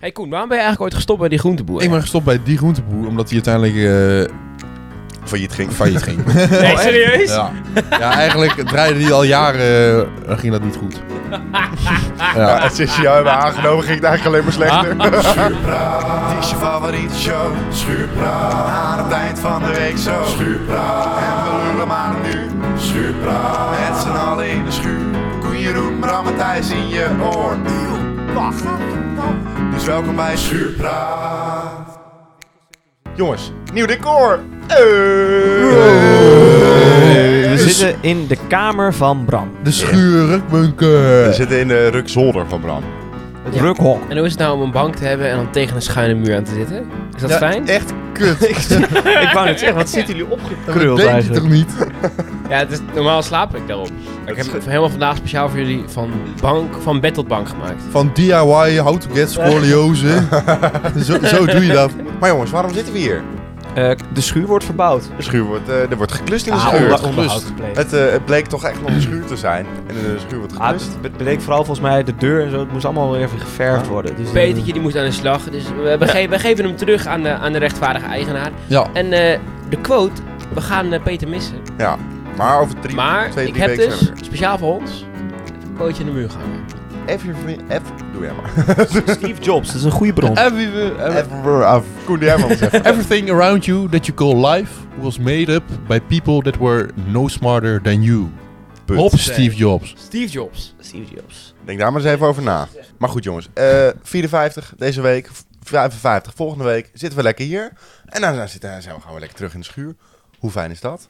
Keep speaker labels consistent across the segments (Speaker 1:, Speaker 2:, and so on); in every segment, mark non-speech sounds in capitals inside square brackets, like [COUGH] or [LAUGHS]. Speaker 1: Hey Koen, waarom ben je eigenlijk ooit gestopt bij die groenteboer?
Speaker 2: Ik ben gestopt bij die groenteboer, omdat hij uiteindelijk eh,
Speaker 3: Failliet ging.
Speaker 2: failliet ging. [LAUGHS]
Speaker 1: Nee, serieus?
Speaker 2: Ja. ja, eigenlijk draaide die al jaren, eh, ging dat niet goed. ja.
Speaker 3: Ja, sinds jou hebben aangenomen ging het eigenlijk alleen maar slechter.
Speaker 4: Schuurpraat, het is je favoriete show. Schuurpraat, aan het eind van de week zo. Schuurpraat, en we lullen maar nu. Schuurpraat, met z'n allen in de schuur. Koen, Jeroen, Bram en Thijs in je oor. Wacht. Dus welkom bij Schuurpraat.
Speaker 3: Jongens, nieuw decor. Eh. Hey.
Speaker 5: We
Speaker 3: Dus-
Speaker 5: zitten in de kamer van Bram.
Speaker 2: Eh, dus De Eh,
Speaker 3: We
Speaker 2: schuurrukbunker.
Speaker 3: zitten in de rukzolder van Bram.
Speaker 5: Het
Speaker 1: Ja.
Speaker 5: rukhok.
Speaker 1: En hoe is het nou om een bank te hebben en dan tegen een schuine muur aan te zitten? Is dat
Speaker 3: Ja,
Speaker 1: fijn?
Speaker 3: Echt kut.
Speaker 2: [LAUGHS]
Speaker 5: Ik wou net [LAUGHS] zeggen, wat zitten jullie opgekruld
Speaker 2: Dat denk je toch
Speaker 5: eigenlijk?
Speaker 2: niet?
Speaker 1: Ja, het is, normaal slaap ik daarop. Ik heb
Speaker 3: is goed.
Speaker 1: helemaal vandaag speciaal voor jullie van, bank, van bed tot bank gemaakt.
Speaker 2: Van DIY, how to get [LAUGHS] scoliose. zo, zo doe je dat.
Speaker 3: Maar jongens, waarom zitten we hier?
Speaker 5: Eh, de schuur wordt verbouwd.
Speaker 3: De schuur wordt, eh, er wordt geklust in de
Speaker 5: Ah,
Speaker 3: schuur.
Speaker 5: onder- onderhoud gepleegd.
Speaker 3: het, eh, het bleek toch echt nog een schuur te zijn. En in de schuur wordt
Speaker 5: Ah,
Speaker 3: geklust.
Speaker 5: het be- bleek vooral volgens mij de deur en zo. Het moest allemaal weer even geverfd worden. Dus
Speaker 1: Petertje die moest aan de slag, dus we, hebben ge- we geven hem terug aan de, aan de rechtvaardige eigenaar.
Speaker 2: Ja.
Speaker 1: En eh, de quote, we gaan eh, Peter missen.
Speaker 3: Ja, maar over drie,
Speaker 1: maar
Speaker 3: twee,
Speaker 1: ik
Speaker 3: drie
Speaker 1: heb
Speaker 3: weken
Speaker 1: dus
Speaker 3: zijn we
Speaker 1: speciaal voor ons een quoteje in de muur gehangen.
Speaker 3: weer. Even je vriend... Even... Doe jij maar.
Speaker 5: [LAUGHS] Steve Jobs, dat is een goede bron.
Speaker 3: Even... af. Koen, doe jij maar eens even.
Speaker 2: Everything around you that you call life was made up by people that were no smarter than you.
Speaker 3: Put.
Speaker 2: Op Steve Jobs.
Speaker 1: Steve Jobs.
Speaker 5: Steve Jobs.
Speaker 3: Denk daar maar eens even over na. Maar goed, jongens. eh, 54 deze week, 55 volgende week. Zitten we lekker hier. En dan dan zitten, dan zijn we gewoon weer lekker terug in de schuur. Hoe fijn is dat?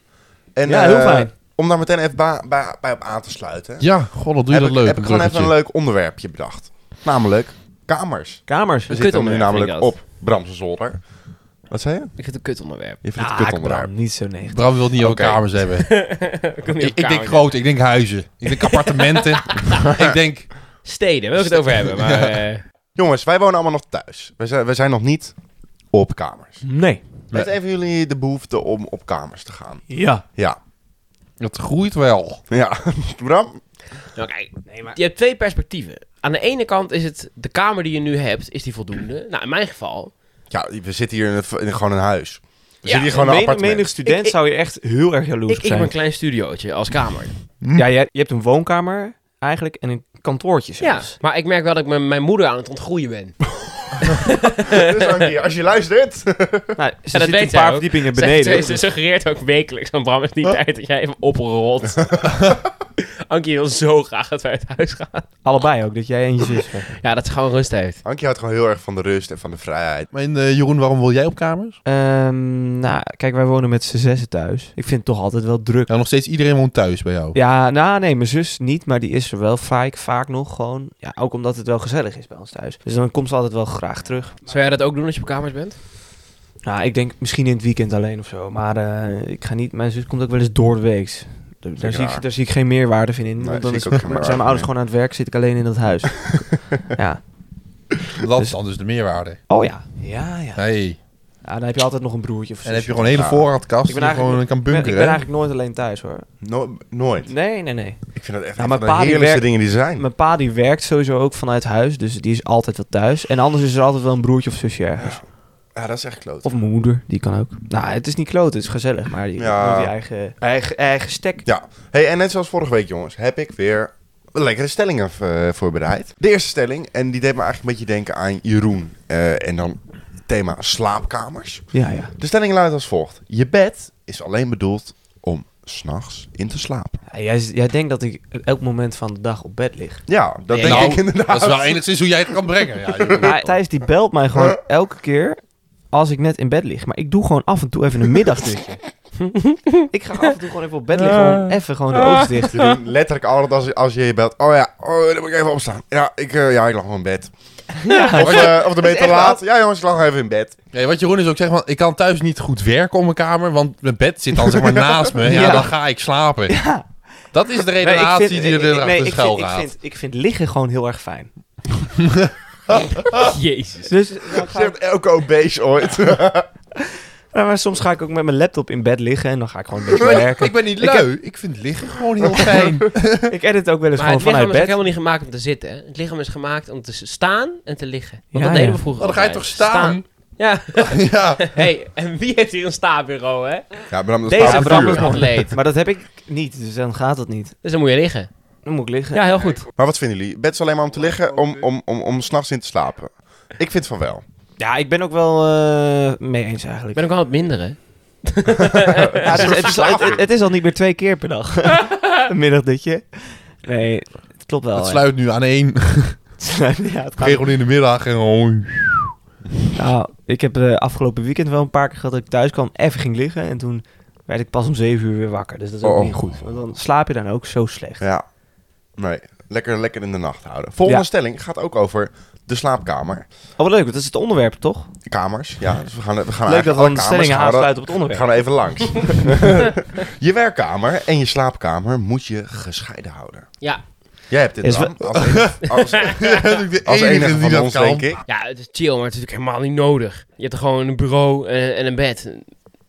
Speaker 3: En,
Speaker 5: Ja, heel
Speaker 3: eh,
Speaker 5: fijn.
Speaker 3: Om daar meteen even ba- ba- bij op aan te sluiten.
Speaker 2: Ja, god, dat doe je
Speaker 3: heb
Speaker 2: dat
Speaker 3: ik,
Speaker 2: leuk.
Speaker 3: Heb
Speaker 2: een
Speaker 3: ik gewoon even een
Speaker 2: bruggetje.
Speaker 3: leuk onderwerpje bedacht. Namelijk kamers.
Speaker 5: Kamers.
Speaker 3: We zitten nu
Speaker 1: kutonderwerp
Speaker 3: namelijk
Speaker 1: vind ik dat.
Speaker 3: op Bramse zolder. Wat zei je?
Speaker 1: Ik vind het een kut onderwerp. [LAUGHS]
Speaker 3: Je vindt het
Speaker 5: Ah,
Speaker 3: kut onderwerp.
Speaker 5: Bram, niet zo negatief.
Speaker 2: Bram wil het [LAUGHS] niet over
Speaker 3: Oké.
Speaker 2: kamers hebben.
Speaker 1: Ik, kom niet op
Speaker 2: ik, ik denk
Speaker 1: kamer.
Speaker 2: groot, ik denk huizen. Ik denk [LAUGHS] appartementen. ik denk
Speaker 1: Steden, wil ik het over hebben. Maar, eh,
Speaker 3: Jongens, wij wonen allemaal nog thuis. We zijn, we zijn nog niet op kamers.
Speaker 5: Nee.
Speaker 2: Nee.
Speaker 3: Heeft een van jullie de behoefte om op kamers te gaan?
Speaker 5: Ja.
Speaker 3: Ja.
Speaker 2: Dat groeit wel.
Speaker 3: Ja. [LAUGHS] Bram,
Speaker 1: nou kijk, je hebt twee perspectieven. Aan de ene kant is het, de kamer die je nu hebt, is die voldoende? Nou, in mijn geval.
Speaker 3: Ja, we zitten hier in, een- in gewoon een huis. We zitten hier gewoon in een
Speaker 5: Gewoon menig,
Speaker 3: appartement.
Speaker 5: menig student
Speaker 1: Ik- ik-
Speaker 5: zou je echt heel erg jaloers
Speaker 1: Ik,
Speaker 5: op
Speaker 1: ik heb
Speaker 5: zijn.
Speaker 1: een klein studiootje als kamer.
Speaker 3: Hm.
Speaker 5: Ja, jij, je hebt een woonkamer eigenlijk en een kantoortje
Speaker 1: Ja,
Speaker 5: zelfs.
Speaker 1: maar ik merk wel dat ik mijn, mijn moeder aan het ontgroeien ben.
Speaker 3: [LAUGHS] Dus Ankie, als je luistert.
Speaker 5: Nou, ze
Speaker 1: dat
Speaker 5: zit
Speaker 1: weet
Speaker 5: een
Speaker 1: zij
Speaker 5: paar
Speaker 1: ook.
Speaker 5: verdiepingen
Speaker 1: Ze,
Speaker 5: beneden.
Speaker 1: ze, ze suggereert ook wekelijks aan Bram, is niet tijd dat jij even oprolt. Ankie wil zo graag dat wij uit huis gaan.
Speaker 5: Allebei ook, dat jij en je zus. [LAUGHS]
Speaker 1: Ja, dat ze gewoon rust heeft.
Speaker 3: Ankie houdt gewoon heel erg van de rust en van de vrijheid.
Speaker 2: Maar eh, Jeroen, waarom wil jij op kamers?
Speaker 5: Ehm, nou, kijk, wij wonen met z'n zessen thuis. Ik vind het toch altijd wel druk.
Speaker 2: Nou, nog steeds iedereen woont thuis bij jou.
Speaker 5: Ja, nou nee, mijn zus niet, maar die is er wel vaak, vaak nog gewoon. Ja, ook omdat het wel gezellig is bij ons thuis. Dus dan komt ze altijd wel graag terug.
Speaker 1: Zou jij dat ook doen als je op kamers bent?
Speaker 5: Nou, ik denk misschien in het weekend alleen of zo. Maar eh, ik ga niet, mijn zus komt ook wel eens doorweeks. Daar, daar,
Speaker 3: ik
Speaker 5: zie
Speaker 3: raar.
Speaker 5: ik, daar zie ik geen meerwaarde van in.
Speaker 3: Nee,
Speaker 5: want
Speaker 3: zie
Speaker 5: dan
Speaker 3: ik
Speaker 5: is,
Speaker 3: ook geen
Speaker 5: [LAUGHS] zijn mijn
Speaker 3: meerwaarde
Speaker 5: ouders
Speaker 3: in.
Speaker 5: gewoon aan het werk, zit ik alleen in dat
Speaker 2: [LAUGHS]
Speaker 5: huis. ja.
Speaker 2: Dat is dan dus de meerwaarde.
Speaker 5: Oh ja. Ja, ja.
Speaker 2: Hey.
Speaker 5: Ja, dan heb je altijd nog een broertje of
Speaker 2: En dan heb
Speaker 5: zusje.
Speaker 2: je gewoon een hele
Speaker 3: Ja.
Speaker 2: voorraadkast
Speaker 5: Ik
Speaker 2: die
Speaker 5: ben
Speaker 2: je gewoon
Speaker 5: eigenlijk-
Speaker 2: kan
Speaker 5: Ik ben, ik ben
Speaker 2: bunkeren.
Speaker 5: eigenlijk nooit alleen thuis hoor.
Speaker 3: No- nooit.
Speaker 5: Nee, nee, nee.
Speaker 3: Ik vind dat echt
Speaker 5: Ja,
Speaker 3: een
Speaker 5: maar
Speaker 3: van de
Speaker 5: pa, die
Speaker 3: heerlijkste
Speaker 5: werkt-
Speaker 3: dingen Nou, die er zijn.
Speaker 5: Mijn pa die werkt sowieso ook vanuit huis, dus die is altijd wel thuis. En anders is er altijd wel een broertje of zusje ergens.
Speaker 3: Ja, dat is echt kloot.
Speaker 5: Of mijn moeder, die kan ook. Nou, het is niet kloot, het is gezellig, maar die,
Speaker 3: Ja.
Speaker 5: die eigen, eigen, eigen stek.
Speaker 3: Ja. Hey, en net zoals vorige week, jongens, heb ik weer lekkere stellingen eh, voorbereid. De eerste stelling, en die deed me eigenlijk een beetje denken aan Jeroen. eh, en dan het thema slaapkamers.
Speaker 5: Ja, ja.
Speaker 3: De stelling luidt als volgt. Je bed is alleen bedoeld om s'nachts in te slapen.
Speaker 5: Ja, Jij, jij denkt dat ik elk moment van de dag op bed lig.
Speaker 3: Ja, dat
Speaker 1: Nee,
Speaker 3: denk
Speaker 2: Nou,
Speaker 3: ik inderdaad.
Speaker 2: [LAUGHS] Dat is wel enigszins hoe jij het kan brengen. Ja, Jeroen.
Speaker 5: Maar
Speaker 1: [LAUGHS]
Speaker 5: Thijs die belt mij gewoon elke keer als ik net in bed lig. Maar ik doe gewoon af en toe even een middagdutje. ik ga af en toe gewoon even op bed liggen, gewoon even gewoon de oogst dicht.
Speaker 3: Ze doen letterlijk altijd als, als je je belt. Oh ja, oh, dan moet ik even opstaan. Ja, ik, eh, ja, ik lag nog in bed.
Speaker 5: [LAUGHS]
Speaker 3: Of, eh, of dan ben je te
Speaker 5: echt
Speaker 3: laat. Ja jongens, ik lag nog even in bed.
Speaker 2: [LAUGHS] Nee, wat Jeroen is ook zegt, want ik kan thuis niet goed werken op mijn kamer, want mijn bed zit dan zeg [LAUGHS] maar naast me. Ja,
Speaker 5: Ja.
Speaker 2: dan ga ik slapen.
Speaker 5: Ja.
Speaker 2: Dat is de
Speaker 5: Nee, ik
Speaker 2: redenatie
Speaker 5: vind-
Speaker 2: die
Speaker 5: ik-
Speaker 2: er
Speaker 5: ik- nee, ik
Speaker 2: achter
Speaker 5: vind-
Speaker 2: schuil
Speaker 5: ik
Speaker 2: gaat.
Speaker 5: vind, ik vind liggen gewoon heel erg fijn.
Speaker 1: Jezus. Ah,
Speaker 5: Dus dan ga ik-
Speaker 3: Zegt elke obese ooit.
Speaker 5: Ja, maar soms ga ik ook met mijn laptop in bed liggen en dan ga ik gewoon
Speaker 1: [LAUGHS]
Speaker 5: een beetje
Speaker 2: Maar
Speaker 5: werken.
Speaker 2: ik ben niet
Speaker 5: Ik heb-
Speaker 2: lui. Ik, vind liggen gewoon heel [LAUGHS] fijn.
Speaker 5: ik edit ook wel
Speaker 1: Maar
Speaker 5: eens
Speaker 1: het
Speaker 5: gewoon
Speaker 1: lichaam
Speaker 5: vanuit
Speaker 1: is ook
Speaker 5: bed.
Speaker 1: helemaal niet gemaakt om te zitten. hè. Het lichaam is gemaakt om te s- staan en te liggen. Want dat
Speaker 5: Ja, ja.
Speaker 1: deden we vroeger.
Speaker 2: Oh,
Speaker 3: Oh,
Speaker 2: dan ga je toch
Speaker 1: altijd.
Speaker 2: staan?
Speaker 5: [LAUGHS]
Speaker 1: Ja.
Speaker 2: [LAUGHS] ja.
Speaker 1: hey, en wie heeft hier een staanbureau, hè?
Speaker 3: Ja, Bram, dat
Speaker 1: Deze
Speaker 3: staat voor
Speaker 1: Bram
Speaker 3: vuur.
Speaker 1: is nog leed.
Speaker 5: Maar dat heb ik niet, dus dan gaat dat niet.
Speaker 1: Dus dan moet je liggen.
Speaker 5: Dan moet ik liggen.
Speaker 1: Ja, heel goed.
Speaker 3: Maar wat vinden jullie? Bed is alleen maar om
Speaker 5: Oh,
Speaker 3: te liggen, om, om, om, om s'nachts in te slapen. Ik vind van wel.
Speaker 5: Ja, ik ben ook wel eh, mee eens
Speaker 1: Ik
Speaker 5: eigenlijk.
Speaker 1: ben ook wel het minder, hè?
Speaker 5: Ja, het, is, het, is, het- het- het is al niet meer twee keer per
Speaker 1: [LAUGHS]
Speaker 5: dag. Een middagdutje. Nee, het klopt wel.
Speaker 2: Het
Speaker 5: hè.
Speaker 2: sluit nu [LAUGHS] aan één.
Speaker 5: Het sluit- ja, het gaat-
Speaker 2: Regel in de middag en gewoon...
Speaker 5: Nou, ik heb eh, afgelopen weekend wel een paar keer gehad dat ik thuis kwam, even ging liggen. En toen werd ik pas om zeven uur weer wakker. Dus dat is ook
Speaker 3: Oh.
Speaker 5: niet goed. Want dan slaap je dan ook zo slecht.
Speaker 3: Ja. Nee, lekker, lekker in de nacht houden. Volgende
Speaker 5: Ja.
Speaker 3: stelling gaat ook over de slaapkamer.
Speaker 5: Oh, wat leuk, want dat is het onderwerp, toch?
Speaker 3: Kamers, ja. Dus we gaan, we gaan eigenlijk
Speaker 5: leuk dat we
Speaker 3: alle
Speaker 5: dan de
Speaker 3: kamers
Speaker 5: stellingen
Speaker 3: gaan we-
Speaker 5: aansluiten op het
Speaker 3: We
Speaker 5: onderwerp.
Speaker 3: gaan er even langs.
Speaker 5: [LAUGHS]
Speaker 3: je werkkamer en je slaapkamer moet je gescheiden houden.
Speaker 1: Ja.
Speaker 3: Jij hebt dit
Speaker 5: Is
Speaker 3: dan als, enige- als,
Speaker 2: [LAUGHS] de
Speaker 3: als enige
Speaker 2: enige die
Speaker 3: van
Speaker 2: dat
Speaker 3: ons,
Speaker 2: kan.
Speaker 3: denk ik.
Speaker 1: Ja, het is chill, maar het is natuurlijk helemaal niet nodig. Je hebt er gewoon een bureau en, en een bed.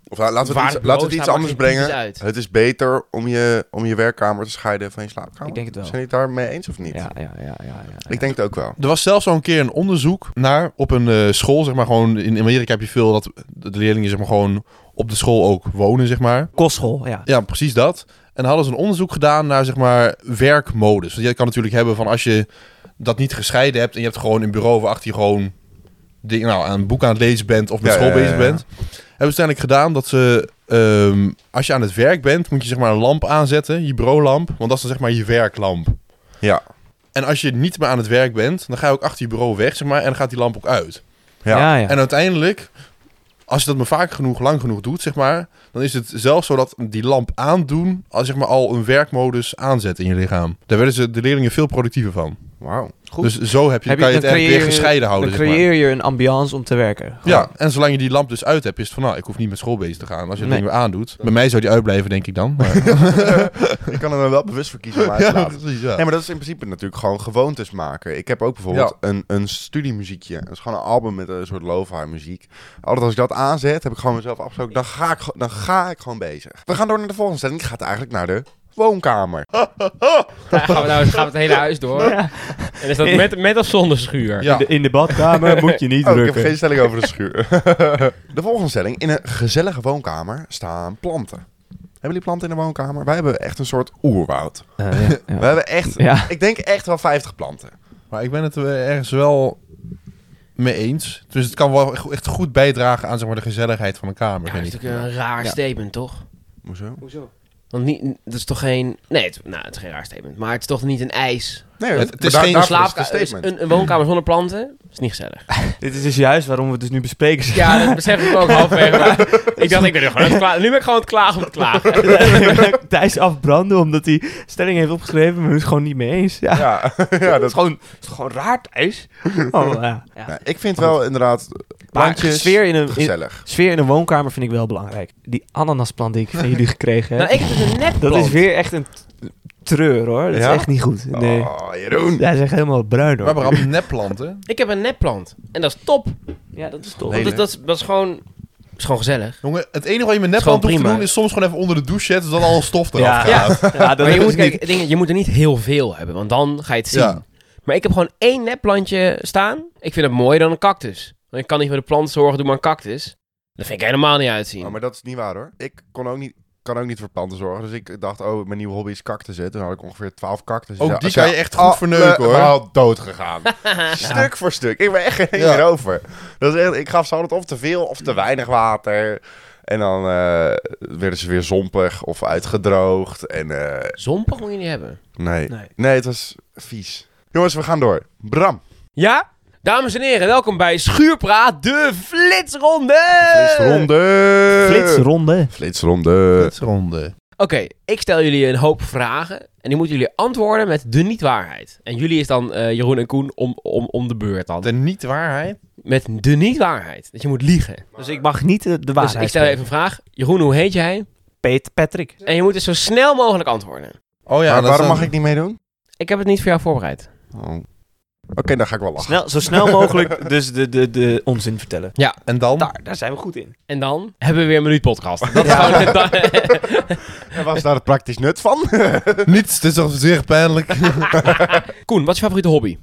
Speaker 3: Of nou, laten we
Speaker 1: Waar
Speaker 3: het
Speaker 1: het
Speaker 3: iets, laten we het
Speaker 1: bureau
Speaker 3: iets
Speaker 1: staat,
Speaker 3: anders
Speaker 1: maakt geen
Speaker 3: brengen.
Speaker 1: tyfus uit.
Speaker 3: Het is beter om je, om je werkkamer te scheiden van je slaapkamer.
Speaker 5: Ik denk het wel.
Speaker 3: Zijn jullie het daarmee eens of niet?
Speaker 5: Ja, ja, ja, ja. ja, ja.
Speaker 3: Ik denk het ook wel.
Speaker 2: Er was zelfs al een keer een onderzoek naar op een eh, school, zeg maar gewoon in Amerika heb je veel dat de leerlingen zeg maar gewoon op de school ook wonen, zeg maar.
Speaker 5: Kostschool, ja.
Speaker 2: Ja, precies dat. En hadden ze een onderzoek gedaan naar zeg maar werkmodus. Want je kan natuurlijk hebben van als je dat niet gescheiden hebt en je hebt gewoon een bureau waarachter je gewoon ding, nou, aan een boek aan het lezen bent of met
Speaker 3: Ja,
Speaker 2: school
Speaker 3: ja, ja,
Speaker 2: bezig
Speaker 3: ja.
Speaker 2: bent. Hebben ze uiteindelijk gedaan dat ze ehm, als je aan het werk bent, moet je zeg maar een lamp aanzetten, je bureaulamp, want dat is dan zeg maar je werklamp.
Speaker 3: Ja.
Speaker 2: En als je niet meer aan het werk bent, dan ga je ook achter je bureau weg, zeg maar, en dan gaat die lamp ook uit.
Speaker 3: Ja.
Speaker 5: ja, ja.
Speaker 2: En uiteindelijk, als je dat maar vaak genoeg, lang genoeg doet, zeg maar, dan is het zelfs zo dat die lamp aandoen, als zeg maar al een werkmodus aanzet in je lichaam. Daar werden ze de leerlingen veel productiever van.
Speaker 3: Wauw. [LAUGHS]
Speaker 5: Goed.
Speaker 2: Dus zo heb je, kan je het
Speaker 5: dan
Speaker 2: echt weer
Speaker 5: creëer je-
Speaker 2: gescheiden houden,
Speaker 5: Dan
Speaker 2: zeg maar.
Speaker 5: creëer je een ambiance om te werken. Gewoon.
Speaker 2: Ja, en zolang je die lamp dus uit hebt, is het van, nou, ik hoef niet met school bezig te gaan. Als je het
Speaker 5: Nee.
Speaker 2: ding weer aandoet. Bij mij zou die uitblijven, denk ik dan. Maar,
Speaker 3: Ik kan er me wel bewust voor kiezen om uit te
Speaker 2: [LAUGHS] ja,
Speaker 3: laten.
Speaker 2: precies, ja.
Speaker 3: Nee, maar dat is in principe natuurlijk gewoon gewoontes maken. Ik heb ook bijvoorbeeld een, een studiemuziekje. Dat is gewoon een album met een soort lo-fi muziek. Altijd als ik dat aanzet, heb ik gewoon mezelf afgesproken. Dan ga ik, ge- dan ga ik gewoon bezig. We gaan door naar de volgende stelling. Die gaat eigenlijk naar de woonkamer.
Speaker 1: Daar gaan we nou gaan we het hele huis door.
Speaker 5: Ja.
Speaker 1: En is dat met, met of zonder schuur?
Speaker 2: Ja.
Speaker 5: In, de, in de badkamer moet je niet
Speaker 3: Oh, ik heb
Speaker 5: drukken.
Speaker 3: geen stelling over de schuur. de volgende stelling. In een gezellige woonkamer staan planten. Hebben jullie planten in de woonkamer? Wij hebben echt een soort oerwoud.
Speaker 5: Eh, ja, ja.
Speaker 3: We hebben echt,
Speaker 5: Ja.
Speaker 3: ik denk echt wel 50 planten.
Speaker 2: Maar ik ben het er ergens wel mee eens. Dus het kan wel echt- echt goed bijdragen aan zeg maar, de gezelligheid van een kamer.
Speaker 1: Ja, dat
Speaker 2: vind
Speaker 1: is
Speaker 2: ik.
Speaker 1: natuurlijk een raar
Speaker 5: Ja.
Speaker 1: statement, toch?
Speaker 3: Hoezo?
Speaker 1: Want niet, dat is toch geen... Nee, het, nou, het is geen raar statement. Maar het is toch niet een ijs?
Speaker 3: Nee,
Speaker 2: Het-
Speaker 3: dat-
Speaker 2: het
Speaker 3: maar
Speaker 2: is
Speaker 3: daar-
Speaker 2: geen
Speaker 3: daarvoor
Speaker 1: Slaapka-
Speaker 3: is het een
Speaker 1: dus
Speaker 3: statement.
Speaker 1: een, een woonkamer zonder planten? is niet gezellig.
Speaker 5: Dit is dus juist waarom we het dus nu
Speaker 1: [LAUGHS]
Speaker 5: bespreken. [LAUGHS]
Speaker 1: Ja, dat besef ik ook [LAUGHS] halfweg. maar Ik dacht, ik ben nu gewoon aan het klagen. Nu ben ik gewoon aan het klagen om het [LAUGHS] klagen.
Speaker 5: Thijs afbranden omdat hij stelling heeft opgeschreven, maar hij is het gewoon niet mee eens. [LAUGHS] Ja.
Speaker 3: Ja, [LAUGHS] ja,
Speaker 5: dat
Speaker 3: dat
Speaker 5: is gewoon, is toch gewoon raar, Thijs. Oh, ja. Ja.
Speaker 3: Ja, ik vind wel inderdaad
Speaker 5: Maar
Speaker 3: plantjes
Speaker 5: sfeer in, een, in-
Speaker 3: gezellig.
Speaker 5: sfeer in een woonkamer vind ik wel belangrijk. Die ananasplant die ik van jullie gekregen heb,
Speaker 1: Nou, ik heb dus een net
Speaker 5: dat is weer echt een t- treur hoor. Dat
Speaker 3: Ja?
Speaker 5: is echt niet goed. Nee.
Speaker 3: Oh, Jeroen.
Speaker 5: Hij is echt helemaal bruin
Speaker 2: Maar
Speaker 5: hoor.
Speaker 2: Bram, nepplanten.
Speaker 1: Ik heb een nepplant. En dat is top.
Speaker 5: Ja, dat is toch.
Speaker 1: Want
Speaker 3: Hele.
Speaker 1: dat, dat, is, dat is gewoon... is gewoon gezellig.
Speaker 2: Jongen, het enige wat je met
Speaker 1: is gewoon
Speaker 2: nepplant hoeft te
Speaker 1: prima.
Speaker 2: doen is soms gewoon even onder de douche zetten, zodat al stof eraf
Speaker 5: Ja.
Speaker 2: gaat.
Speaker 5: Ja, dat
Speaker 1: maar je
Speaker 5: is
Speaker 1: moet,
Speaker 5: niet-
Speaker 1: kijk, dingen, je moet er niet heel veel hebben, want dan ga je het zien.
Speaker 2: Ja.
Speaker 1: Maar ik heb gewoon één nepplantje staan. Ik vind het mooier dan een cactus. Want ik kan niet voor de plant zorgen, doe maar een cactus. Dat vind ik helemaal niet uitzien.
Speaker 3: Oh, maar dat is niet waar hoor. Ik kon ook niet, kan ook niet voor planten zorgen. Dus ik dacht, oh, mijn nieuwe hobby is cactussen. Toen had ik ongeveer 12 cactussen.
Speaker 2: Ook
Speaker 3: Ja,
Speaker 2: die
Speaker 3: als
Speaker 2: kan je echt goed verneuken, hoor.
Speaker 3: al dood gegaan. Stuk voor stuk. Ik ben echt geen één
Speaker 2: Ja.
Speaker 3: meer over. Dat is echt, ik gaf ze altijd of te veel of te weinig water. En dan eh, werden ze weer zompig of uitgedroogd. En eh,
Speaker 1: Zompig moet je niet hebben.
Speaker 3: nee. nee.
Speaker 5: Nee.
Speaker 3: het was vies. Jongens, we gaan door. Bram.
Speaker 1: Ja? Dames en heren, welkom bij Schuurpraat, de flitsronde!
Speaker 5: Eh.
Speaker 3: Flitsronde.
Speaker 5: Flitsronde.
Speaker 3: Flitsronde.
Speaker 2: Flitsronde.
Speaker 1: Oké, ik stel jullie een hoop vragen. En die moeten jullie antwoorden met de niet-waarheid. En jullie is dan eh, Jeroen en Koen om, om, om de beurt dan.
Speaker 2: De niet-waarheid.
Speaker 1: Met de niet-waarheid. Dat je moet liegen.
Speaker 5: Dus ik mag niet eh, de waarheid
Speaker 1: Dus ik stel je even een vraag. Jeroen, hoe heet jij?
Speaker 5: Peter Patrick.
Speaker 1: En je moet dus zo snel mogelijk antwoorden.
Speaker 2: Oh ja,
Speaker 3: maar
Speaker 2: dat
Speaker 3: waarom
Speaker 2: is dan-
Speaker 3: mag ik niet meedoen?
Speaker 1: Ik heb het niet voor jou voorbereid.
Speaker 3: Oh. Oké, dan ga ik wel lachen.
Speaker 5: Snel, zo [LAUGHS] snel mogelijk dus de, de, de onzin vertellen.
Speaker 2: En dan?
Speaker 5: Daar, daar zijn we goed [LAUGHS] in.
Speaker 1: En dan hebben we weer een minuut podcast. Dat is
Speaker 5: Ja.
Speaker 1: gewoon
Speaker 3: En was daar het praktisch nut
Speaker 2: [LAUGHS]
Speaker 3: van?
Speaker 2: Niets, het is toch zeer pijnlijk.
Speaker 1: [LAUGHS] Koen, wat is je favoriete hobby?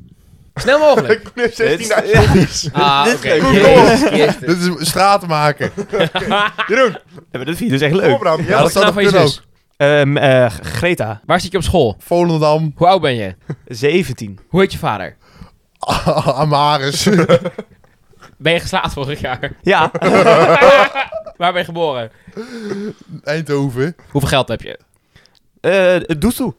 Speaker 1: Snel mogelijk.
Speaker 3: ik ben
Speaker 5: [LAUGHS]
Speaker 3: 16.000
Speaker 5: Dit-
Speaker 3: hobby's.
Speaker 1: Ah,
Speaker 5: Dit-
Speaker 1: oké.
Speaker 5: dit-
Speaker 1: Jezus Christus.
Speaker 2: Dit is straten maken.
Speaker 3: Jeroen,
Speaker 5: Ja, maar dat vind je dus echt
Speaker 3: kom op,
Speaker 5: leuk.
Speaker 3: Oh, Bram. Ja,
Speaker 2: Ja, dat
Speaker 1: is de naam
Speaker 2: zou nog
Speaker 1: van je
Speaker 2: kunnen
Speaker 1: zus?
Speaker 2: ook.
Speaker 5: Ehm, eh, Greta,
Speaker 1: Waar zit je op school?
Speaker 2: Volendam, [LAUGHS]
Speaker 1: Hoe oud ben je?
Speaker 5: 17.
Speaker 1: Hoe heet je vader?
Speaker 2: Amaris. [LAUGHS]
Speaker 1: Ben je geslaagd vorig jaar?
Speaker 5: [LAUGHS] Ja,
Speaker 1: Waar ben je geboren?
Speaker 2: Eindhoven.
Speaker 1: Hoeveel geld heb je?
Speaker 5: eh doet toe.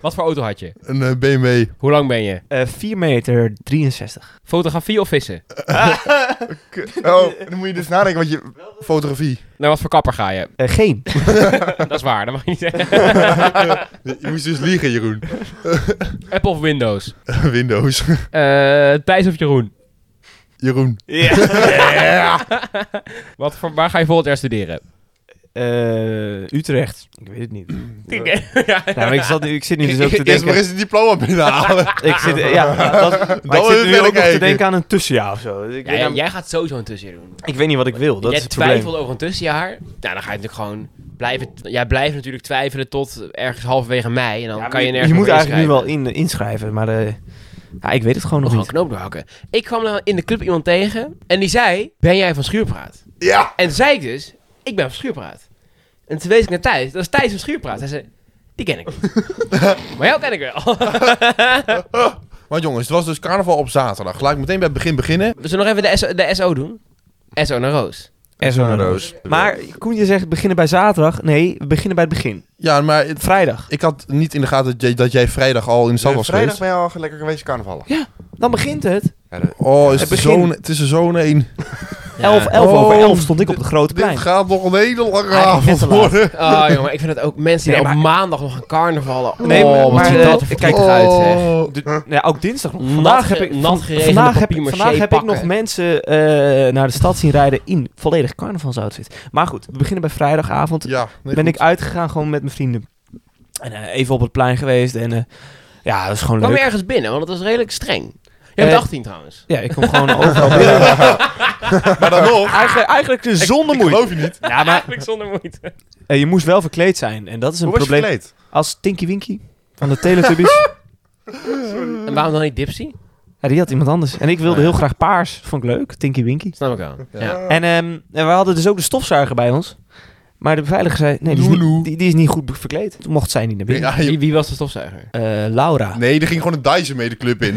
Speaker 1: Wat voor auto had je?
Speaker 2: Een eh, BMW.
Speaker 1: Hoe lang ben je?
Speaker 5: Eh 4 meter 63.
Speaker 1: Fotografie of vissen?
Speaker 3: Oh, dan moet je dus nadenken, want je...
Speaker 2: Fotografie.
Speaker 1: Naar wat voor kapper ga je?
Speaker 5: Eh, [LAUGHS] geen.
Speaker 1: Dat is waar, dat mag je niet zeggen.
Speaker 2: Je moest dus liegen, Jeroen. [LAUGHS]
Speaker 1: Apple of Windows?
Speaker 2: Windows. [LAUGHS]
Speaker 1: Eh, Thijs of Jeroen?
Speaker 2: Jeroen.
Speaker 1: Wat voor, waar ga je volgend jaar studeren?
Speaker 5: Eh, Utrecht. Ik weet het [LAUGHS] niet.
Speaker 1: ja,
Speaker 5: Nou, maar ik, zat nu, ik zit nu dus [LAUGHS] ook te
Speaker 2: Eerst maar
Speaker 5: denken...
Speaker 2: eens het diploma binnenhalen. [LAUGHS]
Speaker 5: Ik zit, [LAUGHS] ja, dat, maar ik
Speaker 2: wil
Speaker 5: zit
Speaker 2: ik
Speaker 5: nu ook nog te
Speaker 2: kijken.
Speaker 5: denken aan een tussenjaar of zo. Ik, weet
Speaker 1: jij-
Speaker 5: namelijk-
Speaker 1: jij gaat sowieso een tussenjaar doen.
Speaker 5: ik weet niet wat ik wil, dat
Speaker 1: jij
Speaker 5: is het probleem.
Speaker 1: twijfelt over een tussenjaar. Nou, dan ga je natuurlijk gewoon blijven... Jij blijft natuurlijk twijfelen tot ergens halverwege mei. En dan
Speaker 5: Ja,
Speaker 1: kan je
Speaker 5: maar
Speaker 1: nergens
Speaker 5: je moet
Speaker 1: meer
Speaker 5: eigenlijk nu
Speaker 1: inschrijven.
Speaker 5: wel in, inschrijven, maar eh, ja, ik weet het gewoon
Speaker 1: We
Speaker 5: nog
Speaker 1: gaan een
Speaker 5: niet.
Speaker 1: knoop doorhakken. Ik kwam nou in de club iemand tegen en die zei: Ben jij van Schuurpraat?
Speaker 3: Ja!
Speaker 1: En toen zei ik dus: Ik ben van Schuurpraat. En toen wees ik naar Thijs, dat is Thijs van Schuurpraat. Hij zei: Die ken ik. [LAUGHS] maar jou ken ik wel.
Speaker 2: Maar jongens, het was dus carnaval op zaterdag. Laat ik meteen bij het begin beginnen.
Speaker 1: We zullen nog even de, SO, de SO doen. SO naar Roos.
Speaker 5: En zo'n roos. Maar Koen, je zegt we beginnen bij zaterdag. Nee, we beginnen bij het begin.
Speaker 2: Ja, maar het-
Speaker 5: Vrijdag.
Speaker 2: ik had niet in de gaten dat jij, dat jij eh, vrijdag al in de stad was
Speaker 3: Vrijdag
Speaker 2: geweest.
Speaker 3: ben je al lekker geweest carnavallen.
Speaker 5: Dan begint het.
Speaker 2: Oh, is
Speaker 5: Het
Speaker 2: het,
Speaker 5: begin.
Speaker 2: zo'n, het is er zo'n een.
Speaker 5: 11 11
Speaker 2: Oh,
Speaker 5: over 11 stond ik op het grote
Speaker 2: Dit
Speaker 5: plein.
Speaker 2: gaat nog een hele lange
Speaker 5: Eigenlijk
Speaker 2: avond
Speaker 5: net te laat.
Speaker 2: worden.
Speaker 1: [LAUGHS] Oh jongen, ik vind het ook mensen die
Speaker 5: Nee,
Speaker 1: op
Speaker 5: maar-
Speaker 1: maandag nog gaan carnavallen. Oh,
Speaker 5: Nee, maar-
Speaker 1: wat
Speaker 5: maar,
Speaker 1: ziet
Speaker 5: eh,
Speaker 1: dat er
Speaker 5: kijk,
Speaker 1: verdrietig uit zeg.
Speaker 5: De- ja, ook dinsdag nog.
Speaker 1: Nat
Speaker 5: Vandaag
Speaker 1: ge-
Speaker 5: heb ik,
Speaker 1: nat
Speaker 5: van-
Speaker 1: geregende
Speaker 5: vandaag heb, ik-
Speaker 1: papier-mâché
Speaker 5: vandaag heb ik
Speaker 1: pakken.
Speaker 5: nog mensen eh, naar de stad zien rijden in volledig carnavalsoutfit. Maar goed, we beginnen bij vrijdagavond.
Speaker 2: Ja, nee,
Speaker 5: ben
Speaker 2: goed.
Speaker 5: ik uitgegaan gewoon met mijn vrienden. En eh, even op het plein geweest. En eh, ja, dat is gewoon
Speaker 1: Kwam
Speaker 5: leuk.
Speaker 1: je ergens binnen, want dat was redelijk streng. Jij bent
Speaker 5: Eh,
Speaker 1: 18 trouwens.
Speaker 5: Ja, ik kom gewoon
Speaker 1: [LAUGHS]
Speaker 5: overal binnen.
Speaker 2: Maar dan nog,
Speaker 5: Eigenlijk, eigenlijk [LAUGHS] dus zonder moeite.
Speaker 2: geloof je niet.
Speaker 5: Ja, maar
Speaker 1: [LAUGHS] Eigenlijk zonder moeite.
Speaker 5: eh, je moest wel verkleed zijn. En dat is een
Speaker 3: Hoe was je
Speaker 5: probleem.
Speaker 3: gekleed?
Speaker 5: Als Tinky Winky van de
Speaker 2: [LAUGHS]
Speaker 5: Teletubbies.
Speaker 1: En waarom dan niet Dipsy?
Speaker 5: ja, die had iemand anders. En ik wilde heel graag paars. Vond ik leuk. Tinky Winky.
Speaker 1: Snap ik wel. Ja.
Speaker 5: En ehm, en we hadden dus ook de stofzuiger bij ons. Maar de beveiliger zei, nee, die is,
Speaker 2: Lulu.
Speaker 5: niet, die, die is niet goed be- verkleed. Toen mocht zij niet naar binnen.
Speaker 2: Ja, je-
Speaker 1: Wie, wie was de stofzuiger?
Speaker 5: Eh, Laura.
Speaker 2: nee, er ging gewoon een Dyson mee de club in.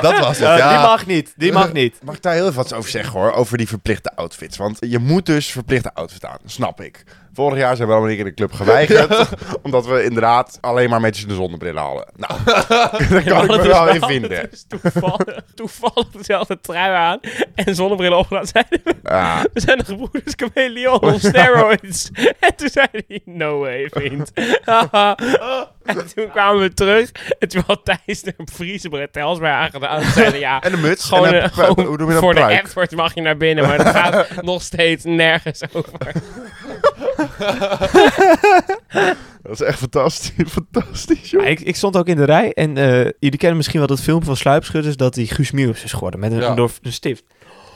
Speaker 2: dat was het,
Speaker 5: Eh,
Speaker 2: ja.
Speaker 5: Die mag niet. Die mag niet.
Speaker 3: Mag ik daar heel even wat over zeggen hoor, over die verplichte outfits. Want je moet dus verplichte outfit aan, snap ik. Vorig jaar zijn we allemaal een keer in de club geweigerd, omdat we inderdaad alleen maar mensen de zonnebril hadden. Nou, daar kan ik me wel in
Speaker 1: [LAUGHS]
Speaker 3: vinden.
Speaker 1: dus
Speaker 3: [LAUGHS]
Speaker 1: toevallig, toevallig dezelfde trui aan en zonnebrillen opgedaan zijn.
Speaker 3: Ja.
Speaker 1: We zijn de gebroeders Chameleon op
Speaker 3: [LAUGHS]
Speaker 1: steroids. En toen zei hij, no way, vriend. en toen kwamen we terug. En toen had Thijs de Friese bretels bij aangedaan. En zeiden, ja,
Speaker 3: En de muts.
Speaker 1: gewoon,
Speaker 3: en
Speaker 1: eh,
Speaker 3: een-
Speaker 1: gewoon
Speaker 3: hoe noem je dat?
Speaker 1: voor de
Speaker 3: Pruik.
Speaker 1: effort mag je naar binnen. Maar dat
Speaker 3: [LAUGHS]
Speaker 1: gaat nog steeds nergens over.
Speaker 3: Dat is echt fantastisch, [LAUGHS] fantastisch joh.
Speaker 5: Maar ik, ik stond ook in de rij en eh, jullie kennen misschien wel dat filmpje van Sluipschutters dat die Guus Meeuwis is geworden met een,
Speaker 2: Ja.
Speaker 5: door een stift.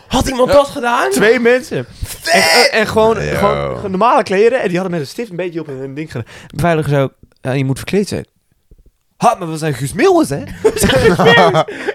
Speaker 1: Had iemand dat gedaan?
Speaker 5: Twee mensen. En, eh, en- en gewoon,
Speaker 3: Nee,
Speaker 5: gewoon,
Speaker 3: joh.
Speaker 5: gewoon normale kleren en die hadden met een stift een beetje op hun ding gedaan. De Beveiliger zo, ja, je moet verkleed zijn. Ha, maar we zijn Guus Meeuwis, hè?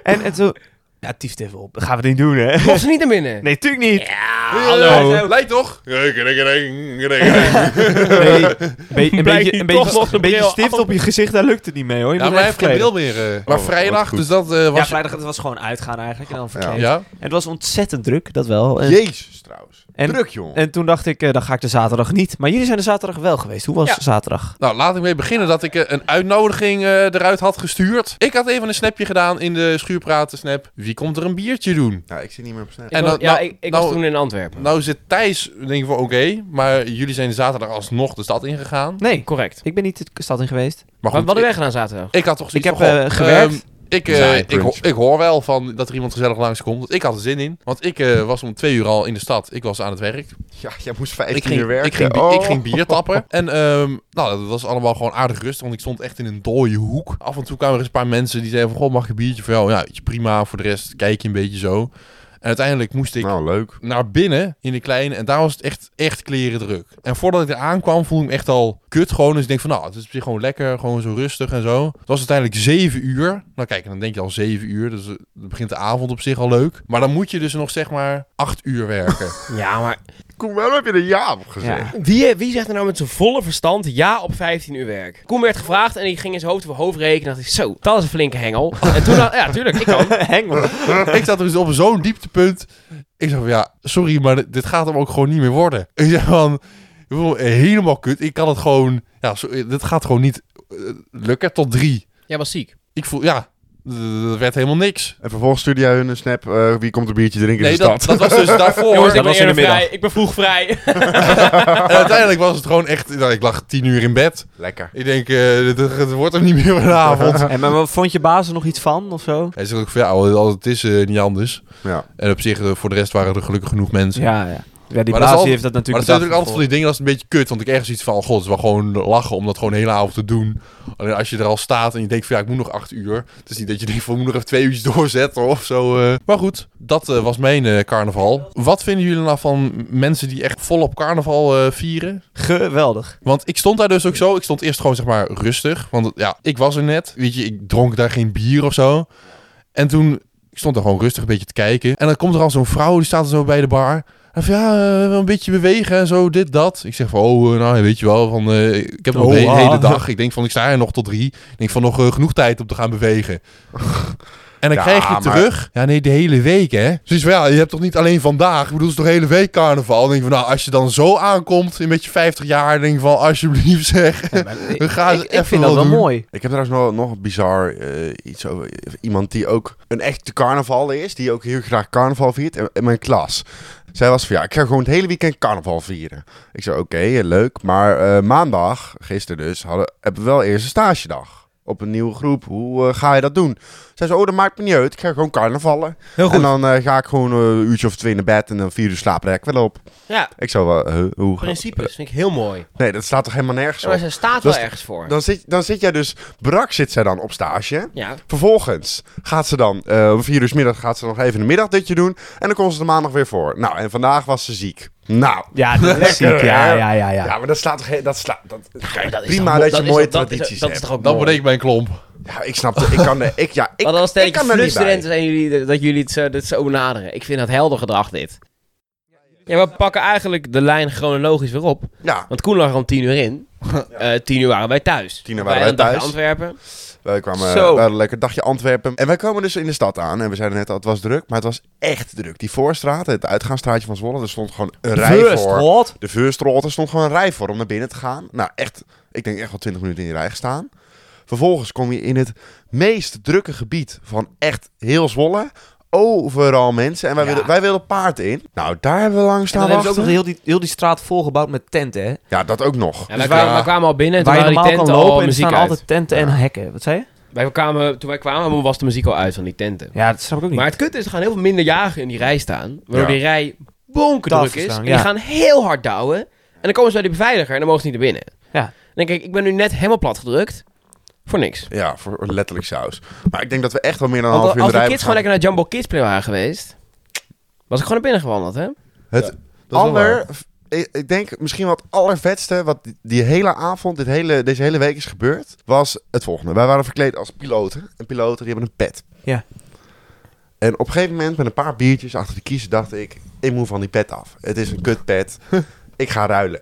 Speaker 5: en, en zo, ja, tief even op. Dat gaan we niet doen, hè?
Speaker 1: [LAUGHS] Mocht ze niet naar binnen?
Speaker 5: Nee, tuurlijk niet.
Speaker 1: Ja,
Speaker 2: Eh, Lijkt toch? Reken, reken, reken, reken, reken.
Speaker 5: Nee, een be-
Speaker 1: Blijkt
Speaker 5: een beetje, een
Speaker 1: niet toch
Speaker 5: beetje,
Speaker 1: nog de
Speaker 5: een beetje
Speaker 1: bril
Speaker 5: stift
Speaker 1: af.
Speaker 5: op je gezicht, daar lukt het niet mee, hoor. Je
Speaker 2: Ja, maar
Speaker 5: moet
Speaker 2: hij
Speaker 5: Nou, even
Speaker 2: heeft geen
Speaker 5: verkleden.
Speaker 2: bril meer. eh. maar
Speaker 3: Oh, wat
Speaker 2: vrijdag,
Speaker 3: goed.
Speaker 2: dus dat eh,
Speaker 5: Ja,
Speaker 2: was...
Speaker 5: vrijdag het was gewoon uitgaan eigenlijk en dan verkleed.
Speaker 2: Ja?
Speaker 5: En het was ontzettend druk, dat wel. En-
Speaker 3: dus- Jezus trouwens.
Speaker 5: En-
Speaker 3: Druk joh.
Speaker 5: En toen dacht ik, eh, dan ga ik de zaterdag niet. Maar jullie zijn de zaterdag wel geweest. Hoe was
Speaker 1: Ja.
Speaker 5: zaterdag?
Speaker 2: Nou, laat ik mee beginnen dat ik eh, een uitnodiging eh, eruit had gestuurd. Ik had even een snapje gedaan in de schuurpraten snap. Wie komt er een biertje doen?
Speaker 3: Ja, ik zit niet meer op snel.
Speaker 2: En dan-
Speaker 1: ja,
Speaker 2: nou-
Speaker 1: ik, ik was
Speaker 2: nou-
Speaker 1: toen in Antwerpen.
Speaker 2: Nou zit Thijs, denk ik van oké, maar jullie zijn zaterdag alsnog de stad ingegaan.
Speaker 5: Nee,
Speaker 1: Correct.
Speaker 5: ik ben niet de stad in geweest.
Speaker 1: Wat
Speaker 2: Maar goed,
Speaker 1: hadden
Speaker 2: ik,
Speaker 1: wij gedaan zaterdag?
Speaker 2: ik had toch
Speaker 5: Ik
Speaker 2: zoiets
Speaker 5: heb
Speaker 2: van, goh,
Speaker 5: eh, gewerkt.
Speaker 2: ehm, Ik, eh,
Speaker 3: Saai,
Speaker 2: ik, ho-
Speaker 3: cringe.
Speaker 2: ik hoor wel van dat er iemand gezellig langskomt. want Ik had er zin in. Want ik eh, was om twee uur al in de stad. Ik was aan het werk.
Speaker 3: Ja, jij moest
Speaker 2: Ik
Speaker 3: 15 uur
Speaker 2: ging,
Speaker 3: werken.
Speaker 2: ik, ging, bi-
Speaker 3: Oh.
Speaker 2: ik ging bier tappen. En ehm, nou, dat was allemaal gewoon aardig rustig. Want ik stond echt in een dode hoek. Af en toe kwamen er eens een paar mensen die zeiden van... Goh, mag ik een biertje? Van, jou? ja, weet je, prima. Voor de rest kijk je een beetje zo. En uiteindelijk moest ik
Speaker 3: Nou, leuk.
Speaker 2: naar binnen in de kleine. En daar was het echt, echt kleren druk. En voordat ik er aankwam, voelde ik me echt al kut. Gewoon. Dus ik denk van, nou, het is op zich gewoon lekker. Gewoon zo rustig en zo. Het was uiteindelijk zeven uur. Nou kijk, dan denk je al zeven uur. Dus eh, dan begint de avond op zich al leuk. Maar dan moet je dus nog zeg maar acht uur werken.
Speaker 1: Ja, maar
Speaker 3: Koen, waarom heb je er ja op gezegd?
Speaker 5: Ja.
Speaker 1: wie, wie zegt er nou met zijn volle verstand ja op 15 uur werk? Koen werd gevraagd en die ging in zijn hoofd over hoofd rekenen. En dacht ik, zo, dat is een flinke hengel. En toen dacht ja, tuurlijk, ik kan.
Speaker 5: Hengel.
Speaker 2: ik zat dus op zo'n dieptepunt. Ik zei van, ja, sorry, maar dit- dit gaat hem ook gewoon niet meer worden. [LAUGHS] Ik zei van, ik bedoel, helemaal kut. Ik kan het gewoon, ja, zo- dit gaat gewoon niet eh, lukken tot drie.
Speaker 1: [LAUGHS] Jij was ziek.
Speaker 2: Ik voel, ja, d- dat werd helemaal niks.
Speaker 3: En vervolgens stuurde jij hun een snap. eh, wie komt een biertje drinken in
Speaker 2: Nee,
Speaker 3: de stad?
Speaker 2: dat, dat was dus daarvoor.
Speaker 1: Jongens, ik ben
Speaker 2: En
Speaker 5: was in de
Speaker 1: eerder
Speaker 5: middag.
Speaker 1: vrij. Ik ben vroeg vrij. [LAUGHS]
Speaker 2: uiteindelijk was het gewoon echt... nou, ik lag tien uur in bed.
Speaker 3: Lekker.
Speaker 2: Ik denk, eh, dit- het wordt hem niet meer
Speaker 5: [LAUGHS]
Speaker 2: vanavond.
Speaker 5: En maar wat vond je baas er nog iets van of zo?
Speaker 2: Hij zegt ook van, ja, al- het is eh, niet anders.
Speaker 3: Ja.
Speaker 2: En op zich, eh, voor de rest waren er gelukkig genoeg mensen.
Speaker 5: Ja, ja. Ja, die
Speaker 2: Maar dat is
Speaker 5: baas
Speaker 2: altijd-
Speaker 5: die heeft dat
Speaker 2: Maar
Speaker 5: natuurlijk.
Speaker 2: dat zijn
Speaker 5: bedacht
Speaker 2: natuurlijk altijd van die
Speaker 5: ervoor.
Speaker 2: dingen, dat is een beetje kut. Want ik ergens iets van, god, het is wel gewoon lachen om dat gewoon de hele avond te doen. Alleen als je er al staat en je denkt van, ja, ik moet nog acht uur. Het is niet dat je denkt van, ik moet nog even twee uurtjes [LAUGHS] doorzetten of zo. eh. Maar goed, dat eh, was mijn eh, carnaval. Wat vinden jullie nou van mensen die echt volop carnaval eh, vieren?
Speaker 5: Geweldig.
Speaker 2: Want ik stond daar dus ook zo. Ik stond eerst gewoon zeg maar rustig. Want ja, ik was er net. Weet je, ik dronk daar geen bier of zo. En toen ik stond daar gewoon rustig een beetje te kijken. En dan komt er al zo'n vrouw, die staat er zo bij de bar. En van ja, eh, wel een beetje bewegen en zo, dit, dat. Ik zeg van, oh, eh, nou, weet je wel, van, eh, ik heb nog de he-
Speaker 5: Oha.
Speaker 2: hele dag. Ik denk van, ik sta er nog tot drie. Ik denk van, nog eh, genoeg tijd om te gaan bewegen. En dan
Speaker 3: Ja,
Speaker 2: krijg je
Speaker 3: maar-
Speaker 2: terug, ja nee, de hele week hè. Dus van, ja, je hebt toch niet alleen vandaag, ik bedoel, het is toch de hele week carnaval. Dan denk ik van, nou, als je dan zo aankomt in met je 50 jaar, dan denk ik van, alsjeblieft zeg. We gaan
Speaker 5: ik,
Speaker 2: het
Speaker 5: ik
Speaker 2: even
Speaker 5: vind dat
Speaker 2: wel
Speaker 5: wel
Speaker 2: doen.
Speaker 5: mooi.
Speaker 3: Ik heb trouwens nog, nog bizar eh, iets over iemand die ook een echte carnaval is. Die ook heel graag carnaval viert. In, in mijn klas. Zij was van ja, ik ga gewoon het hele weekend carnaval vieren. Ik zei oké, eh, leuk. Maar eh, maandag, gisteren dus, hadden, hebben we wel eerst een stage dag. Op een nieuwe groep. Hoe eh, ga je dat doen? Zij zei, oh dat maakt me niet uit. Ik ga gewoon carnavallen.
Speaker 1: Heel
Speaker 3: En dan eh, ga ik gewoon eh, een uurtje of twee naar bed. En dan vier uur slaap rek wel op.
Speaker 1: Ja,
Speaker 3: Ik zou wel, eh, hoe ga-
Speaker 1: principes vind ik heel mooi.
Speaker 3: Nee, dat staat toch helemaal nergens
Speaker 1: Ja, maar
Speaker 3: op?
Speaker 1: ze staat
Speaker 3: Dat
Speaker 1: wel
Speaker 3: is-
Speaker 1: ergens voor.
Speaker 3: Dan zit, dan zit jij dus... Brak zit zij dan op stage.
Speaker 1: Ja.
Speaker 3: Vervolgens gaat ze dan eh, om vier uur 's middag gaat ze nog even een middagdutje doen. En dan komt ze de maandag weer voor. Nou, en vandaag was ze ziek. Nou.
Speaker 2: [LAUGHS]
Speaker 5: Ja, dat is ziek. Ja, ja, ja,
Speaker 3: Ja,
Speaker 5: ja.
Speaker 3: maar dat slaat toch... he- Dat slaat, dat,
Speaker 1: Ja, dat is
Speaker 3: prima
Speaker 1: toch-
Speaker 3: dat je
Speaker 1: is
Speaker 3: mooie
Speaker 1: toch- dat is-
Speaker 3: tradities
Speaker 1: Dat is
Speaker 3: hebt.
Speaker 1: toch ook
Speaker 2: Dan
Speaker 1: mooi.
Speaker 2: word ik mijn klomp.
Speaker 3: ja, ik snap het. Ik kan... er- Ik, ja, ik,
Speaker 1: Wat als
Speaker 3: ik
Speaker 1: tegen
Speaker 3: kan er niet bij.
Speaker 1: vluchtstudenten zijn jullie dat jullie het zo, dit zo benaderen. Ik vind dat helder gedrag dit. Ja, we pakken eigenlijk de lijn chronologisch weer op.
Speaker 3: Ja,
Speaker 1: Want Koen lag er om tien uur in. Eh tien uur waren wij thuis.
Speaker 3: Tien uur waren wij
Speaker 1: een dagje
Speaker 3: thuis.
Speaker 1: Antwerpen.
Speaker 3: wij kwamen...
Speaker 5: Zo.
Speaker 3: We hadden een lekker dagje Antwerpen. En wij komen dus in de stad aan. En we zeiden net al, het was druk. Maar het was echt druk. Die voorstraat, het uitgaansstraatje van Zwolle. Er stond gewoon een rij
Speaker 5: First,
Speaker 3: voor.
Speaker 5: what?
Speaker 3: De vuurstrot, er stond gewoon een rij voor om naar binnen te gaan. Nou, echt, ik denk echt wel 20 minuten in die rij gestaan. Vervolgens kom je in het meest drukke gebied van echt heel Zwolle. Overal mensen. En wij,
Speaker 1: Ja.
Speaker 3: wilden, wij wilden paard in. Nou, daar hebben we lang
Speaker 5: En
Speaker 3: staan
Speaker 5: dan hebben ze ook
Speaker 3: wachten.
Speaker 5: nog heel die, heel die straat volgebouwd met tenten, hè?
Speaker 3: Ja, dat ook nog. Dus
Speaker 1: Ja, wij, kwamen, wij kwamen al binnen en toen
Speaker 5: Waar je
Speaker 1: waren die
Speaker 5: normaal
Speaker 1: tenten
Speaker 5: kan
Speaker 1: al
Speaker 5: lopen en er
Speaker 1: muziek
Speaker 5: staan
Speaker 1: uit.
Speaker 5: altijd tenten en hekken. Wat zei je?
Speaker 1: Wij kwamen, toen wij kwamen was de muziek al uit van die tenten.
Speaker 5: Ja, dat snap ik ook niet.
Speaker 1: Maar het kut is, er gaan heel veel minderjarigen in die rij staan. Waardoor
Speaker 3: Ja.
Speaker 1: die rij bonkerdruk
Speaker 5: Tafels
Speaker 1: is.
Speaker 5: staan,
Speaker 1: en die
Speaker 5: ja.
Speaker 1: gaan heel hard douwen. En dan komen ze bij die beveiliger en dan mogen ze niet naar binnen.
Speaker 5: Ja.
Speaker 1: Dan denk ik, ik ben nu net helemaal plat gedrukt. Voor niks.
Speaker 3: Ja, voor letterlijk saus. Maar ik denk dat we echt wel meer dan een half
Speaker 1: Want
Speaker 3: uur in
Speaker 1: als
Speaker 3: de
Speaker 1: de
Speaker 3: rij
Speaker 1: kids gewoon lekker naar Jumbo Kids Play waren geweest... was ik gewoon naar binnen gewandeld, hè?
Speaker 3: Het
Speaker 2: wel
Speaker 3: aller... Ik ik denk misschien wat allervetste wat die- die hele avond, dit hele, deze hele week is gebeurd, was het volgende. Wij waren verkleed als piloten. En piloten, die hebben een pet.
Speaker 5: Ja.
Speaker 3: En op een gegeven moment, met een paar biertjes achter de kiezen, dacht ik, ik moet van die pet af. Het is
Speaker 2: [LAUGHS]
Speaker 3: een kutpet. ik ga ruilen.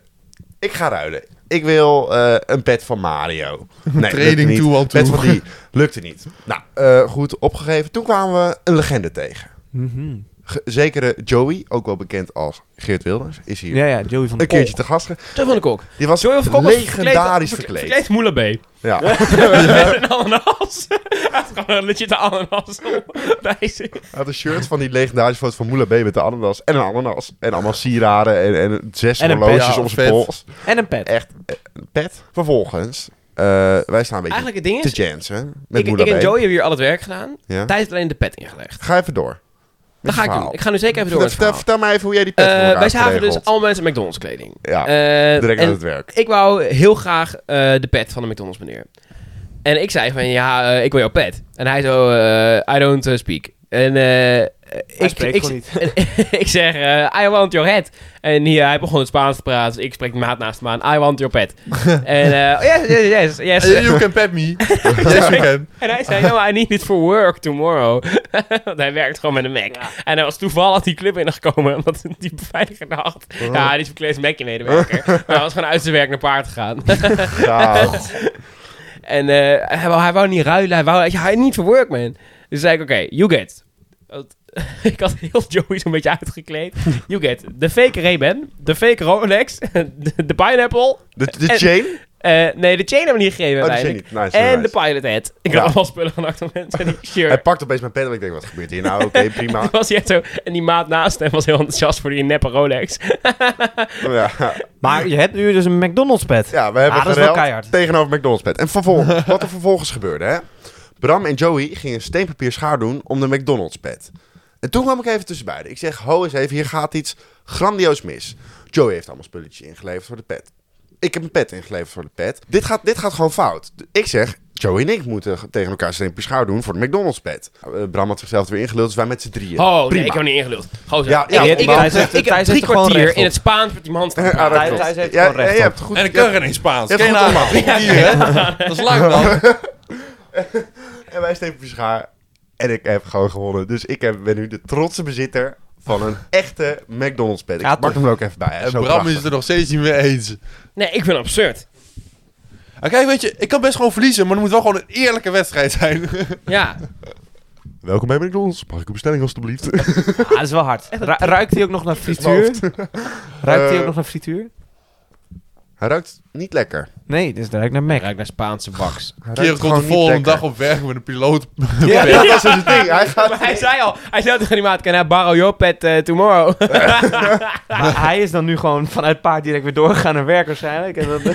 Speaker 3: Ik ga ruilen. Ik wil eh, een pet van Mario. Nee,
Speaker 2: Training
Speaker 3: lukte niet.
Speaker 2: toe, want
Speaker 3: Pet
Speaker 2: toe.
Speaker 3: van die. Lukte niet. Nou, eh, goed, opgegeven. Toen kwamen we een legende tegen.
Speaker 5: Mhm.
Speaker 3: Ge- zekere Joey, ook wel bekend als Geert Wilders, is hier
Speaker 5: Ja, ja, Joey van de
Speaker 3: een keertje te gast. ge-
Speaker 1: Joy van de Kok.
Speaker 3: Die was
Speaker 1: Joy van de Kok was verkleed-
Speaker 3: legendarisch
Speaker 1: ver-
Speaker 3: verkleed.
Speaker 1: Verkleed Moela B.
Speaker 3: Ja.
Speaker 1: Met een ananas. [LAUGHS] Hij had gewoon een legit ananas op. bij zich.
Speaker 3: Hij had een shirt van die legendarische foto van Moela B met de ananas. En een ananas. En allemaal sieraden en, en zes
Speaker 5: En een
Speaker 3: horloges
Speaker 2: pet.
Speaker 3: op
Speaker 2: Ja,
Speaker 3: zijn pols.
Speaker 5: En een pet.
Speaker 3: Echt, eh, een pet. Vervolgens eh, wij staan een beetje
Speaker 1: Eigenlijk het ding
Speaker 3: te
Speaker 1: is,
Speaker 3: jansen met
Speaker 1: ik, ik
Speaker 3: Moeda
Speaker 1: en
Speaker 3: B.
Speaker 1: Joey hebben hier al het werk gedaan.
Speaker 3: Ja?
Speaker 1: Thijs heeft alleen de pet ingelegd.
Speaker 3: Ga even door.
Speaker 1: Dat ga ik doen. Ik ga nu zeker even door
Speaker 3: Vertel,
Speaker 1: met het
Speaker 3: vertel,
Speaker 1: verhaal.
Speaker 3: vertel mij even hoe jij die pet
Speaker 1: Eh,
Speaker 3: uh,
Speaker 1: wij zagen dus allemaal mensen in McDonald's kleding.
Speaker 3: Ja,
Speaker 1: Eh,
Speaker 3: direct
Speaker 1: en
Speaker 3: aan het werk.
Speaker 1: Ik wou heel graag eh, de pet van de McDonald's meneer. En ik zei van, ja, eh, ik wil jouw pet. En hij zo, eh, I don't eh, speak. En eh, ik,
Speaker 5: spreekt
Speaker 1: ik,
Speaker 5: gewoon
Speaker 1: [LAUGHS] ik zeg, eh, I want your head. En hier, hij begon het Spaans te praten. Dus ik spreek mijn maat naast me aan. I want your
Speaker 5: [LAUGHS]
Speaker 1: pet. en eh, yes, yes, yes, yes.
Speaker 2: You can pet [LAUGHS] me.
Speaker 1: [LAUGHS]
Speaker 2: yes, you can.
Speaker 1: En hij zei, no, I need it for work tomorrow. [LAUGHS] Want hij werkt gewoon met een Mac. En hij was toevallig die club ingekomen, [LAUGHS] omdat die beveiliger dacht...
Speaker 5: Oh.
Speaker 1: Ja, die is verkleed als Mac-medewerker.
Speaker 5: [LAUGHS]
Speaker 1: maar hij was gewoon uit zijn werk naar paard gegaan. [LAUGHS] en eh, hij, wou, hij wou niet ruilen, hij wou... Ja, I need for work, man. Dus zei ik, oké, you get. Want [LAUGHS] ik had heel Joey zo'n beetje uitgekleed. You get de fake Ray-Ban, de fake Rolex, [LAUGHS] de, de pineapple...
Speaker 3: De, de
Speaker 1: en-
Speaker 3: chain?
Speaker 1: eh, nee, de chain hebben we niet gegeven
Speaker 3: Oh, die chain
Speaker 1: uiteindelijk.
Speaker 3: niet. Nice,
Speaker 1: En
Speaker 3: nice.
Speaker 1: de pilot head. Ik
Speaker 3: Ja.
Speaker 1: had allemaal spullen van achter
Speaker 3: [LAUGHS]
Speaker 1: mensen en die shirt.
Speaker 3: Hij pakt opeens mijn pet en ik denk, wat gebeurt hier nou? Oké, prima.
Speaker 1: [LAUGHS] Toen was hij echt zo, en [LAUGHS] die maat naast hem was heel enthousiast voor die neppe Rolex.
Speaker 3: ja.
Speaker 5: Maar je hebt nu dus een McDonald's pet.
Speaker 3: Ja, we hebben
Speaker 5: Ah, dat is wel
Speaker 3: gereld
Speaker 5: keihard.
Speaker 3: tegenover McDonald's pet. En vervolgens, [LAUGHS] wat er vervolgens gebeurde, hè? Bram en Joey gingen steenpapier schaar doen om de McDonald's pet. En toen kwam ik even tussen beiden. Ik zeg, ho eens even, hier gaat iets grandioos mis. Joey heeft allemaal spulletjes ingeleverd voor de pet. Ik heb een pet ingeleverd voor de pet. Dit gaat, dit gaat gewoon fout. Ik zeg, Joey en ik moeten tegen elkaar steenpapier schaar doen voor de McDonald's pet. Eh, Bram had zichzelf weer ingeluld, dus wij met z'n drieën.
Speaker 1: Oh, nee,
Speaker 3: Prima.
Speaker 1: ik heb hem niet ingeluld. Gozer,
Speaker 3: Ja, ja,
Speaker 1: ik, ik, heb-
Speaker 3: maar hij
Speaker 1: ik,
Speaker 5: zegt- hij
Speaker 1: heb
Speaker 5: zegt
Speaker 1: drie
Speaker 5: er gewoon
Speaker 1: kwartier
Speaker 5: recht
Speaker 1: in
Speaker 5: op.
Speaker 1: het Spaans met die man staan.
Speaker 3: [LAUGHS] [LAUGHS] Ja, dat
Speaker 5: Hij-
Speaker 3: klopt.
Speaker 5: hij heeft
Speaker 3: Ja,
Speaker 5: gewoon recht
Speaker 3: ja, je
Speaker 5: op.
Speaker 3: hebt goed.
Speaker 2: En
Speaker 3: je
Speaker 2: ik kan
Speaker 3: hebt-
Speaker 2: geen Spaans.
Speaker 3: Ja,
Speaker 2: Geen
Speaker 3: goed
Speaker 2: naam.
Speaker 3: allemaal.
Speaker 2: Drie keer, hè? Dat is
Speaker 5: [LAUGHS]
Speaker 2: lang dan.
Speaker 5: Ah,
Speaker 3: En wij steven schaar. En ik heb gewoon gewonnen. Dus ik heb, ben nu de trotse bezitter van [LAUGHS] een echte McDonald's pet. Ik
Speaker 5: Ja,
Speaker 3: pak
Speaker 5: toch.
Speaker 3: hem er ook even bij. Hij
Speaker 2: En
Speaker 3: is zo
Speaker 2: Eh, Bram is
Speaker 3: prachtig.
Speaker 2: het er nog steeds niet mee eens.
Speaker 1: Nee, ik vind het absurd.
Speaker 2: Ah, Kijk, weet je, ik kan best gewoon verliezen, maar het moet wel gewoon een eerlijke wedstrijd zijn.
Speaker 1: [LAUGHS] Ja,
Speaker 3: Welkom bij McDonald's. Mag ik een bestelling alstublieft?
Speaker 5: Ah, dat is wel hard. Ru- ruikt hij ook nog naar frituur? Ruikt hij
Speaker 3: Eh.
Speaker 5: ook nog naar frituur?
Speaker 3: [LAUGHS] Hij ruikt niet lekker.
Speaker 5: Nee, dus dat ruikt naar Mac.
Speaker 1: ruikt naar Spaanse wax.
Speaker 3: Hij
Speaker 2: Kerel
Speaker 3: ruikt
Speaker 2: komt
Speaker 3: gewoon
Speaker 2: de
Speaker 3: niet
Speaker 2: volgende
Speaker 3: lekker.
Speaker 2: dag op weg met een piloot.
Speaker 5: [LAUGHS]
Speaker 3: Ja, dat is dus het ding. Hij gaat...
Speaker 1: Maar [LAUGHS] hij zei al, hij zei tegen die maat, can I borrow your pet eh, tomorrow? [LAUGHS]
Speaker 5: Maar hij is dan nu gewoon vanuit paard direct weer doorgegaan naar werk waarschijnlijk. En dat- [LAUGHS]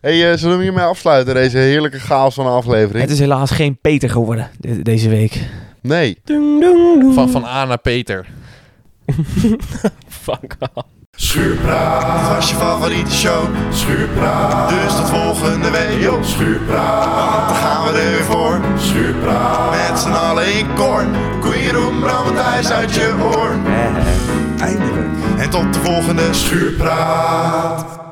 Speaker 3: hey, eh, zullen we hiermee afsluiten? Deze heerlijke chaos van een aflevering.
Speaker 5: Het is helaas geen Peter geworden de- deze week.
Speaker 3: Nee.
Speaker 1: Doeng, doeng, doeng.
Speaker 2: Van, van A naar Peter.
Speaker 1: Fuck off.
Speaker 4: Schuurpraat, dit was je favoriete show. Schuurpraat, dus tot volgende week. Yo, schuurpraat, want dan gaan we er weer voor. Schuurpraat, met z'n allen in koor. Koen Jeroen, Bram en Thijs uit je oor. Eindelijk. En tot de volgende Schuurpraat.